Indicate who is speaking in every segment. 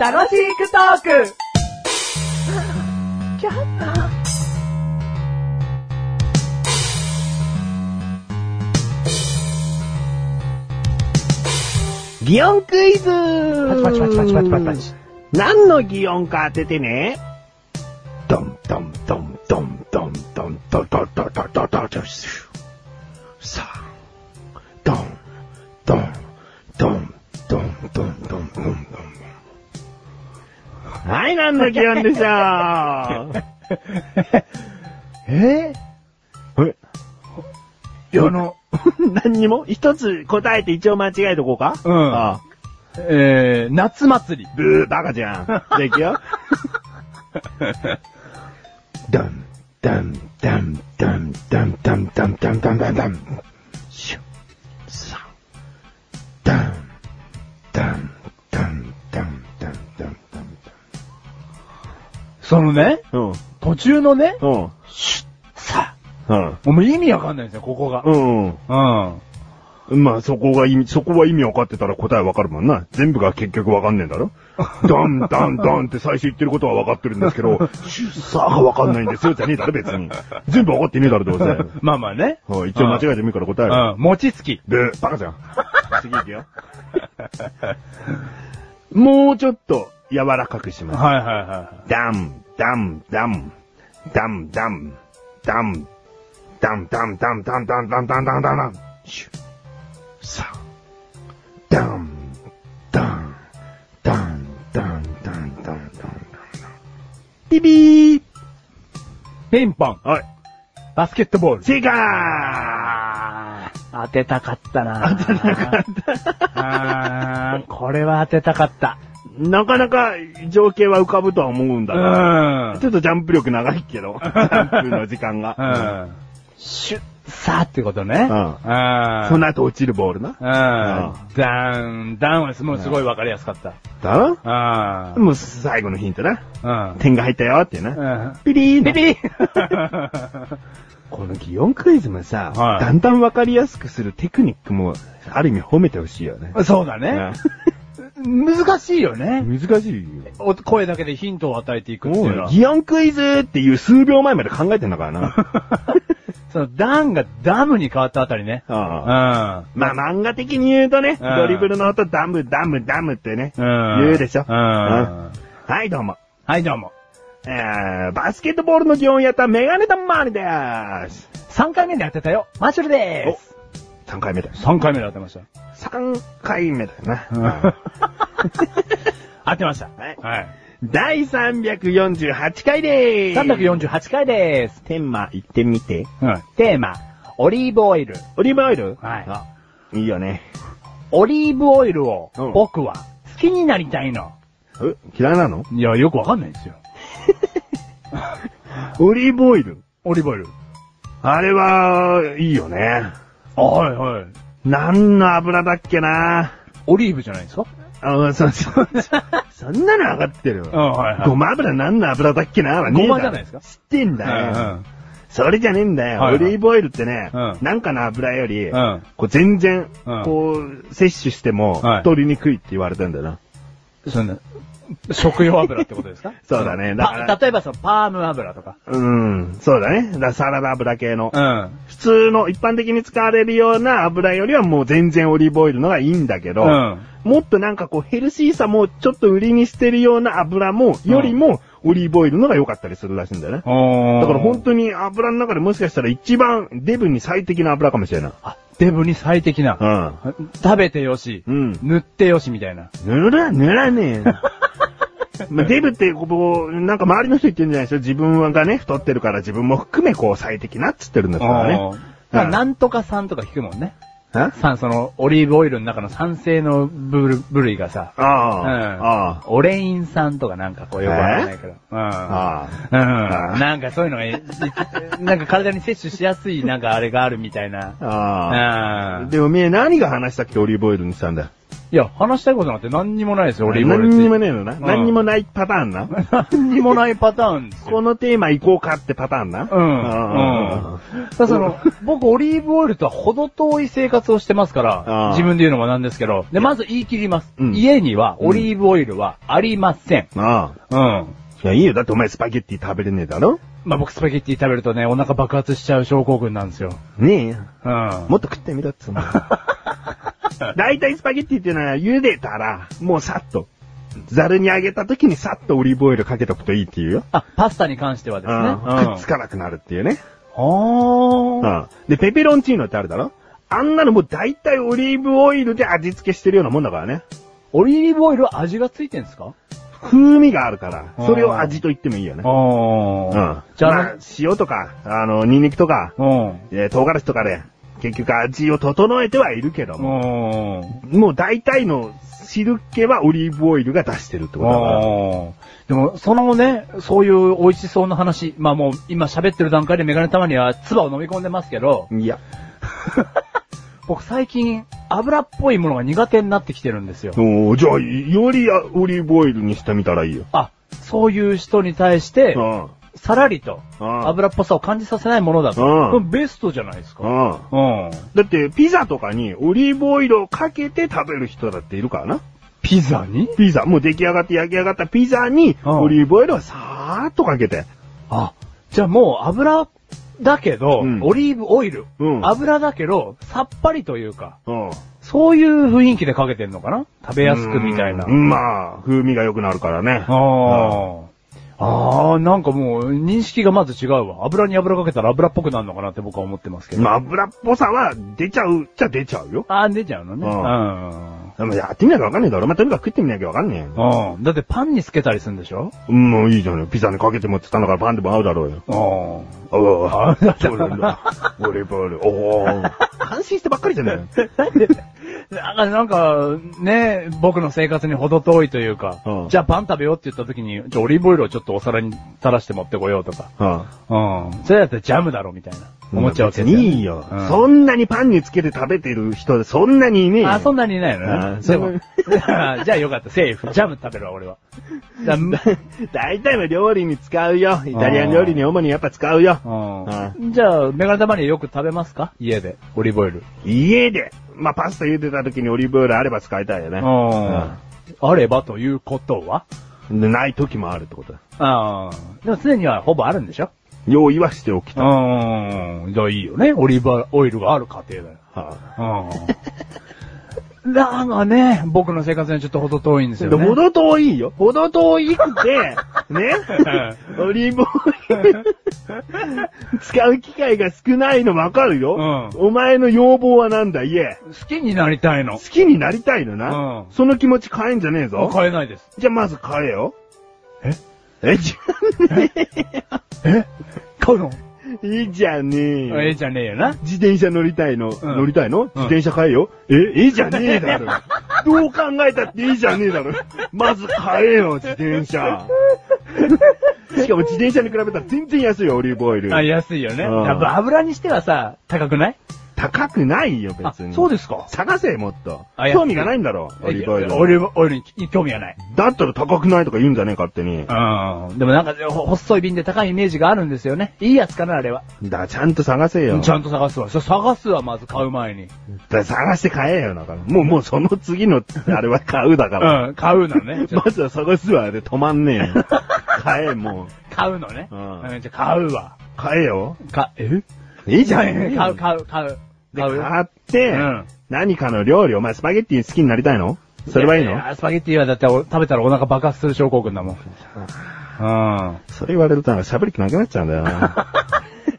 Speaker 1: 楽しくトーク
Speaker 2: 擬音クイズ
Speaker 3: パチパチパチパチパチパチ
Speaker 2: 何の擬音か当ててね。ドンドンドンドンドンドンドンドンドンドンドンドンドンさあ、ドン、ドン、ドン、ドン、ドン、ドン、ドン、ドン。はい、何の擬音でしょ う
Speaker 3: え
Speaker 2: えいや
Speaker 3: あの、
Speaker 2: 何にも一つ答えて一応間違えとこうか
Speaker 3: うん
Speaker 2: ああ
Speaker 3: えー、夏祭り。
Speaker 2: ブー、バカじゃん。じゃあ行く よ。ダン、ダン、ダン、ダン、ダン、ダン、ダン、ダン、ダン、ダン、ダン。シュッ、サダン、ダン、ダン、ダン、ダン、ダン、ダン、
Speaker 3: そのね、
Speaker 2: ダン。
Speaker 3: 途中のね、
Speaker 2: うん、うん、
Speaker 3: さ、
Speaker 2: うん。
Speaker 3: もう意味わかんないんですよ、ここが。
Speaker 2: うん
Speaker 3: うん。
Speaker 2: まあそこが意味、そこは意味分かってたら答え分かるもんな。全部が結局分かんねえんだ ろダン、ダン、ダンって最初言ってることは分かってるんですけど、出産が分かんないんですよじゃねえだろ別に。全部分かってねえだろどうせ。
Speaker 3: まあまあね。
Speaker 2: はい、一応間違えてもいいから答えろ。
Speaker 3: うん、餅つき。
Speaker 2: ブー、バカじゃん。 次行くよ。もうちょっと柔らかくします。
Speaker 3: はいはいは
Speaker 2: ダン、ダン、ダン、ダン、ダン、ダン、ダン、ダン、ダン、ダン、ダン、ダン、ダン、ダン、ダン、ダン、シュッ、さあ、ダン、ダン、ダン、ダン、ダン、ダン、ダン、ダン、ピビー
Speaker 3: い。ピンポン。
Speaker 2: はい、
Speaker 3: バスケットボール。
Speaker 2: 正解
Speaker 3: あー当てたかったな当てたかった。あーこれは当てたかった。
Speaker 2: なかなか情景は浮かぶとは思うんだが、
Speaker 3: ん
Speaker 2: ちょっとジャンプ力長いけ ど、 ジャンプの時間が。
Speaker 3: うん。シュッ、さーってことね。
Speaker 2: うん
Speaker 3: あー
Speaker 2: その後落ちるボールな。
Speaker 3: うん。ダウン、ダウンはもうすごいわかりやすかった。
Speaker 2: だろ
Speaker 3: あ
Speaker 2: もう最後のヒントな。
Speaker 3: あ。
Speaker 2: 点が入ったよって
Speaker 3: う
Speaker 2: な。
Speaker 3: ん。
Speaker 2: ピリーン
Speaker 3: ビビ
Speaker 2: この擬音クイズもさ、
Speaker 3: はい
Speaker 2: だんだんわかりやすくするテクニックも、ある意味褒めてほしいよね。
Speaker 3: そうだね。難しいよね。
Speaker 2: うん難しいよ。
Speaker 3: お声だけでヒントを与えていくって
Speaker 2: も
Speaker 3: いうの
Speaker 2: う
Speaker 3: は。
Speaker 2: 擬音クイズっていう数秒前まで考えてんだからな。
Speaker 3: そのダウンがダムに変わったあたりね。う
Speaker 2: ああ
Speaker 3: ん。
Speaker 2: まあ漫画的に言うとね、ドリブルの音ダムダムダムってね、
Speaker 3: うん
Speaker 2: 言うでしょ。
Speaker 3: うん
Speaker 2: うんはい、どうも。
Speaker 3: はい、どうも。
Speaker 2: えー、バスケットボールの擬音やったメガネたまわりでーす。
Speaker 3: 3回目で当てたよ。マシュルでーす。
Speaker 2: 3回目だよ。
Speaker 3: 3回目で当てました。
Speaker 2: 3回目だよ
Speaker 3: うん
Speaker 2: な。
Speaker 3: 当てました。
Speaker 2: はい
Speaker 3: はい。
Speaker 2: 第348回でーす。
Speaker 3: 348回でーす。
Speaker 2: テーマ行ってみて。
Speaker 3: はい。テーマ、オリーブオイル。
Speaker 2: オリーブオイル
Speaker 3: はい
Speaker 2: あいいよね。
Speaker 3: オリーブオイルを
Speaker 2: うん
Speaker 3: 僕は好きになりたいの。
Speaker 2: え嫌いなの
Speaker 3: いや、よくわかんないんですよ。
Speaker 2: オリーブオイル
Speaker 3: オリーブオイル。
Speaker 2: あれは、いいよね。
Speaker 3: あ、はいはい。
Speaker 2: 何の油だっけな
Speaker 3: オリーブじゃないですか
Speaker 2: あ、そ、そ、 そんなの上がってる
Speaker 3: うん、
Speaker 2: よ。
Speaker 3: はいはい。
Speaker 2: ごま油何の油だっけなはねえだろ
Speaker 3: ごまじゃないですか
Speaker 2: 知ってんだよ。それじゃねえんだよ。
Speaker 3: はいはい
Speaker 2: オリーブオイルってね、
Speaker 3: うん
Speaker 2: なんかの油より、
Speaker 3: うん
Speaker 2: こう全然、
Speaker 3: うん
Speaker 2: こう、摂取しても、
Speaker 3: はい
Speaker 2: 取りにくいって言われたんだよな。
Speaker 3: そんな、食用油ってことですか
Speaker 2: そうだねだから
Speaker 3: パ例えばその、パーム油とか。
Speaker 2: うん、そうだね。だからサラダ油系の。
Speaker 3: うん。
Speaker 2: 普通の一般的に使われるような油よりはもう全然オリーブオイルのがいいんだけど、
Speaker 3: うん
Speaker 2: もっとなんかこうヘルシーさもちょっと売りにしてるような油も、よりもオリーブオイルのが良かったりするらしいんだよね。
Speaker 3: お
Speaker 2: だから本当に油の中でもしかしたら一番デブに最適な油かもしれない。
Speaker 3: あ、デブに最適な。
Speaker 2: うん。
Speaker 3: 食べてよし、
Speaker 2: うん
Speaker 3: 塗ってよしみたいな。
Speaker 2: 塗ら、塗らねえ な。まあ、デブって、こう、なんか周りの人言ってるんじゃないですよ。自分がね、太ってるから自分も含めこう最適なっつってるんですからね。
Speaker 3: あーだからなんとか酸とか聞くもんね。
Speaker 2: あ
Speaker 3: 酸、その、オリーブオイルの中の酸性の部類部類がさ、
Speaker 2: あ
Speaker 3: うん
Speaker 2: あ、ああ、
Speaker 3: オレイン酸とかなんかこうよくわかんないけど。うん。
Speaker 2: あ
Speaker 3: うん。
Speaker 2: あ
Speaker 3: なんかそういうのがい、いなんか体に摂取しやすいなんかあれがあるみたいな。
Speaker 2: あ、ああ。
Speaker 3: うん。
Speaker 2: でも、おめえ何が話したっけオリーブオイルにしたんだよ。
Speaker 3: いいや、話したいことなんて何にもないですよ、俺言われて。
Speaker 2: 何にもねえのな。
Speaker 3: ん
Speaker 2: 何にもないパターンな。
Speaker 3: 何にもないパターンですよ。
Speaker 2: このテーマ行こうかってパターンな。
Speaker 3: うん。
Speaker 2: あ
Speaker 3: うん。ただその、僕オリーブオイルとは程遠い生活をしてますか
Speaker 2: あー
Speaker 3: ら、自分で言うのもなんですけど、で、まず言い切ります。
Speaker 2: うん
Speaker 3: 家にはオリーブオイルはありません。
Speaker 2: ーああ。
Speaker 3: うん。
Speaker 2: いや、いいよ。だってお前スパゲッティ食べれねえだろ
Speaker 3: まあ、僕スパゲッティ食べるとね、お腹爆発しちゃう症候群なんですよ。
Speaker 2: ねえよ。
Speaker 3: うん。
Speaker 2: もっと食ってみろっつうの。 だいたいスパゲッティっていうのは茹でたら、もうさっと。ザルにあげた時にさっとオリーブオイルかけとくといいっていうよ。
Speaker 3: あ、パスタに関してはですね。
Speaker 2: うんくっつ
Speaker 3: か。
Speaker 2: かなくなるっていうね。
Speaker 3: ほ
Speaker 2: う
Speaker 3: ー。
Speaker 2: ん。で、ペペロンチーノってあるだろあんなのもう大体オリーブオイルで味付けしてるようなもんだからね。
Speaker 3: オリーブオイルは味がついてんですか
Speaker 2: 風味があるから、
Speaker 3: うん
Speaker 2: それを味と言ってもいいよね。
Speaker 3: お
Speaker 2: うん。
Speaker 3: じゃ
Speaker 2: ま
Speaker 3: あ、
Speaker 2: 塩とか、あの、ニンニクとか、
Speaker 3: うん。
Speaker 2: えー唐辛子とかで、結局味を整えてはいるけども、
Speaker 3: うん。
Speaker 2: もう大体の汁気はオリーブオイルが出してるってことだから。
Speaker 3: あーでも、そのね、そういう美味しそうな話、まあもう今喋ってる段階でメガネたまには唾を飲み込んでますけど、
Speaker 2: いや。
Speaker 3: 僕最近油っぽいものが苦手になってきてるんですよ。
Speaker 2: おーじゃあ、よりあオリーブオイルにしてみたらいいよ。
Speaker 3: あ、そういう人に対して
Speaker 2: う、ん。
Speaker 3: さらりと
Speaker 2: うん
Speaker 3: 油っぽさを感じさせないものだと。
Speaker 2: うん
Speaker 3: これベストじゃないです
Speaker 2: う
Speaker 3: か。
Speaker 2: ん。
Speaker 3: うん。
Speaker 2: だって、ピザとかにオリーブオイルをかけて食べる人だっているからな。
Speaker 3: ピザに
Speaker 2: ピザ、もう出来上がって焼き上がったピザに、
Speaker 3: うん
Speaker 2: オリーブオイルをさーっとかけて。
Speaker 3: あ、じゃあもう油だけど、
Speaker 2: うん
Speaker 3: オリーブオイル、
Speaker 2: うん
Speaker 3: 油だけど、さっぱりというか、
Speaker 2: うん。
Speaker 3: そういう雰囲気でかけてんのかな食べやすくみたいな。
Speaker 2: うんまあ、風味が良くなるからね。
Speaker 3: ああ。ああ、なんかもう、認識がまず違うわ。油に油かけたら油っぽくなるのかなって僕は思ってますけど。
Speaker 2: まあ、油っぽさは出ちゃうっちゃ出ちゃうよ。
Speaker 3: ああ、出ちゃうのね。
Speaker 2: う
Speaker 3: う
Speaker 2: まあやってみなきゃわかんねえだろ。まあ、とにかく食ってみなきゃわかんねえ。
Speaker 3: ん。うん。だってパンにつけたりするんでしょ
Speaker 2: うん、もういいじゃん。ピザにかけてもって言ったのからパンでも合うだろうよ。
Speaker 3: うん。
Speaker 2: ああ、ああ、そうなんだ。オリーブオイル。お ー。感心してばっかりじゃない。
Speaker 3: なんか、なんか、ね、僕の生活に程遠いというか、
Speaker 2: うん
Speaker 3: じゃあパン食べようって言った時に、じゃあオリーブオイルをちょっとお皿に垂らして持ってこようとか、うん。それだったらジャムだろみたいな、思っちゃうわけ
Speaker 2: 別
Speaker 3: ですよね
Speaker 2: にいいよ、
Speaker 3: うん
Speaker 2: そんなにパンにつけて食べてる人、そんなにいねえよ。
Speaker 3: あ、そんなにいないの
Speaker 2: あ
Speaker 3: ね。
Speaker 2: そ
Speaker 3: で
Speaker 2: う
Speaker 3: も、 じゃあよかった、セーフ。ジャム食べるわ、俺は。ジ ャム。
Speaker 2: 大体の料理に使うよ。イタリアン料理に主にやっぱ使うよ。
Speaker 3: うん。じゃあ、メガネ玉によく食べますか家で。オリーブオイル。
Speaker 2: 家で、まあ、パスタ茹でた時にオリーブオイルあれば使いたいよね。
Speaker 3: あればということは
Speaker 2: でない時もあるってことだ。
Speaker 3: ああ。でも常にはほぼあるんでしょ
Speaker 2: 用意はしておきたい。
Speaker 3: うん。じゃあいいよね。オリーブオイルがある家庭だよ。
Speaker 2: は
Speaker 3: うん。なんかね、僕の生活にはちょっと程遠いんです
Speaker 2: い
Speaker 3: よね。
Speaker 2: ほど遠いよ。ほど遠いく て、ね。オリーブオイル使う機会が少ないのわかるよ、
Speaker 3: う
Speaker 2: お前の要望はなんだ家。
Speaker 3: 好きになりたいの
Speaker 2: 好。きになりたいのな。
Speaker 3: うん
Speaker 2: その気持ち変えんじゃねえぞ。
Speaker 3: 買えないです。
Speaker 2: じゃあまず変えよ。
Speaker 3: え
Speaker 2: え、じ
Speaker 3: え買うの
Speaker 2: ゃ、いいじゃねえよ
Speaker 3: ええじゃねえよな。
Speaker 2: 自転車乗りたいの、乗りたいの自転車買えよ。え、いいじゃねえだ ろ。どう考えたっていいじゃねえだろ。まず買えよ、自転車。しかも自転車に比べたら全然安いよ、オリーブオイル。
Speaker 3: あ、安いよね。
Speaker 2: うん
Speaker 3: やっぱ油にしてはさ、高くない
Speaker 2: 高くないよ、
Speaker 3: あ
Speaker 2: 別に。、
Speaker 3: そう
Speaker 2: で
Speaker 3: ですか。
Speaker 2: 探せ、もっと
Speaker 3: あ。安い
Speaker 2: 興味がないんだろ、オリーブオイル。
Speaker 3: オリーブオイルに興味はない。
Speaker 2: だったら高くないとか言うんじゃねえ、勝手に。
Speaker 3: うん。でもなんか、ほ細い瓶で高いイメージがあるんですよね。いいやつかな、あれは。
Speaker 2: だからちゃんと探せよ。
Speaker 3: ちゃんと探すわ。それ探すわ、まず買う前
Speaker 2: だ
Speaker 3: に。
Speaker 2: から探して買えよ、だから。もう、もうその次の、あれは買うだから。
Speaker 3: うん、買うの ね。ちょっ
Speaker 2: ま
Speaker 3: と
Speaker 2: ずは探すわ、で止まんねえよ。買え、もう。
Speaker 3: 買うのね。
Speaker 2: うん
Speaker 3: うんじゃあ買うわ。
Speaker 2: 買えよ。
Speaker 3: か、え
Speaker 2: いいじゃん。
Speaker 3: 買う、買う、買う。
Speaker 2: で、
Speaker 3: 買うよ。
Speaker 2: 買って、
Speaker 3: うん
Speaker 2: 何かの料理、お前スパゲッティ好きになりたいのそれはいいの
Speaker 3: ややスパゲッティはだってお食べたらお腹爆発する症候群だもん。うん。
Speaker 2: それ言われるとなんか喋る気なくなっちゃうんだよ な。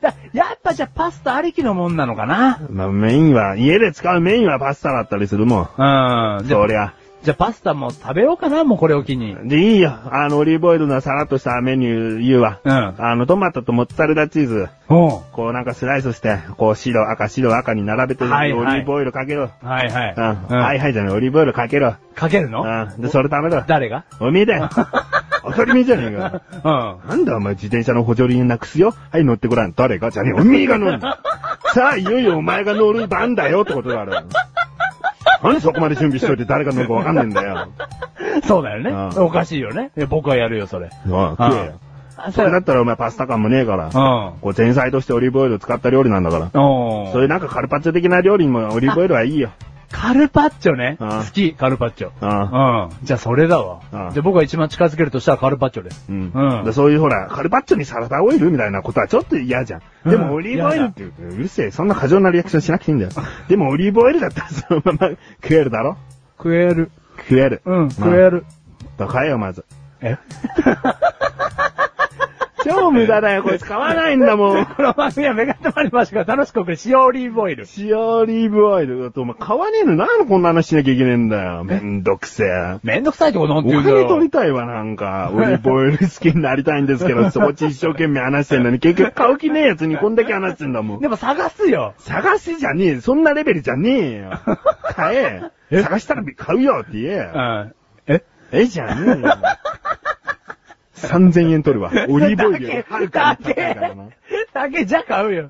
Speaker 3: や やっぱじゃあパスタありきのもんなのかな
Speaker 2: まあメインは、家で使うメインはパスタだったりするもん。
Speaker 3: うん。で
Speaker 2: そりゃ。
Speaker 3: じゃあパスタも食べようかな、もうこれを機に。
Speaker 2: で、いいよ。あの、オリーブオイルのさらっとしたメニュー言うわ。
Speaker 3: うん。
Speaker 2: あの、トマトとモッツァレラチーズ、
Speaker 3: おう
Speaker 2: こうなんかスライスして、こう白、赤、白、赤に並べて、
Speaker 3: はい
Speaker 2: オ
Speaker 3: はい
Speaker 2: リーブオイルかけろ。
Speaker 3: はいはい。
Speaker 2: うん。はいはいじゃない、オリーブオイルかけろ。
Speaker 3: かけるの
Speaker 2: うん。で、それ食べろ。
Speaker 3: 誰が
Speaker 2: おめえ だよ。当たり前じゃねえか。
Speaker 3: うん。
Speaker 2: なんだお前自転車の補助輪なくすよ。はい、乗ってごらん。誰がじゃねえ。おめえが乗るんだ。さあ、いよいよお前が乗る番だよってことだろ。なんでそこまで準備しといて誰が乗るかわかんねえんだよ。
Speaker 3: そうだよね。
Speaker 2: うん
Speaker 3: おかしいよね。いや僕はやるよ、それ。
Speaker 2: おい、食えよ。
Speaker 3: あ、
Speaker 2: それだったらお前パスタ感もねえから。
Speaker 3: うん。
Speaker 2: こう前菜としてオリーブオイルを使った料理なんだから。
Speaker 3: お
Speaker 2: そういうなんかカルパッチョ的な料理にもオリーブオイルはいいよ。
Speaker 3: カルパッチョね。
Speaker 2: うん
Speaker 3: 好き、カルパッチョ。
Speaker 2: ああ。
Speaker 3: うん。じゃあ、それだわ。
Speaker 2: うん
Speaker 3: じゃあ、僕が一番近づけるとしたらカルパッチョです。
Speaker 2: うん
Speaker 3: うん
Speaker 2: でそういうほら、カルパッチョにサラダオイルみたいなことはちょっと嫌じゃん。で
Speaker 3: うん
Speaker 2: もオリーブオイルってううるせえ、そんな過剰なリアクションしなくてい いんだよ。でもオリーブオイルだったらそのまま食えるだろ
Speaker 3: 食える。
Speaker 2: 食える。
Speaker 3: うん、食える。
Speaker 2: とかえよ、まず。
Speaker 3: え
Speaker 2: 超無駄だよ、これ使わないんだもん。
Speaker 3: この番組は目が溜まりましたが、楽しくお送り、塩オリーブオイル。
Speaker 2: 塩オリーブオイルだと、お前買わねえのなんでこんな話しなきゃいけねえんだよ。 めんどくせえ。
Speaker 3: めんどくさいってことな
Speaker 2: お
Speaker 3: んて言うんだ
Speaker 2: 金取
Speaker 3: よ
Speaker 2: り。たいわ、なん か。オリーブオイル好きになりたいんですけど、そこっち一生懸命話してんのに、結局買う気ねえやつにこんだけ話してんだもん。
Speaker 3: でも探すよ。
Speaker 2: 探しじゃねえそんなレベルじゃねえよ。買え。
Speaker 3: え
Speaker 2: 探したら買うよって言えよ。
Speaker 3: ん。え
Speaker 2: ええじゃねえよ。3000円取るわ。オリーブオイルよりはるかに高いからな。
Speaker 3: だけじゃ買うよ。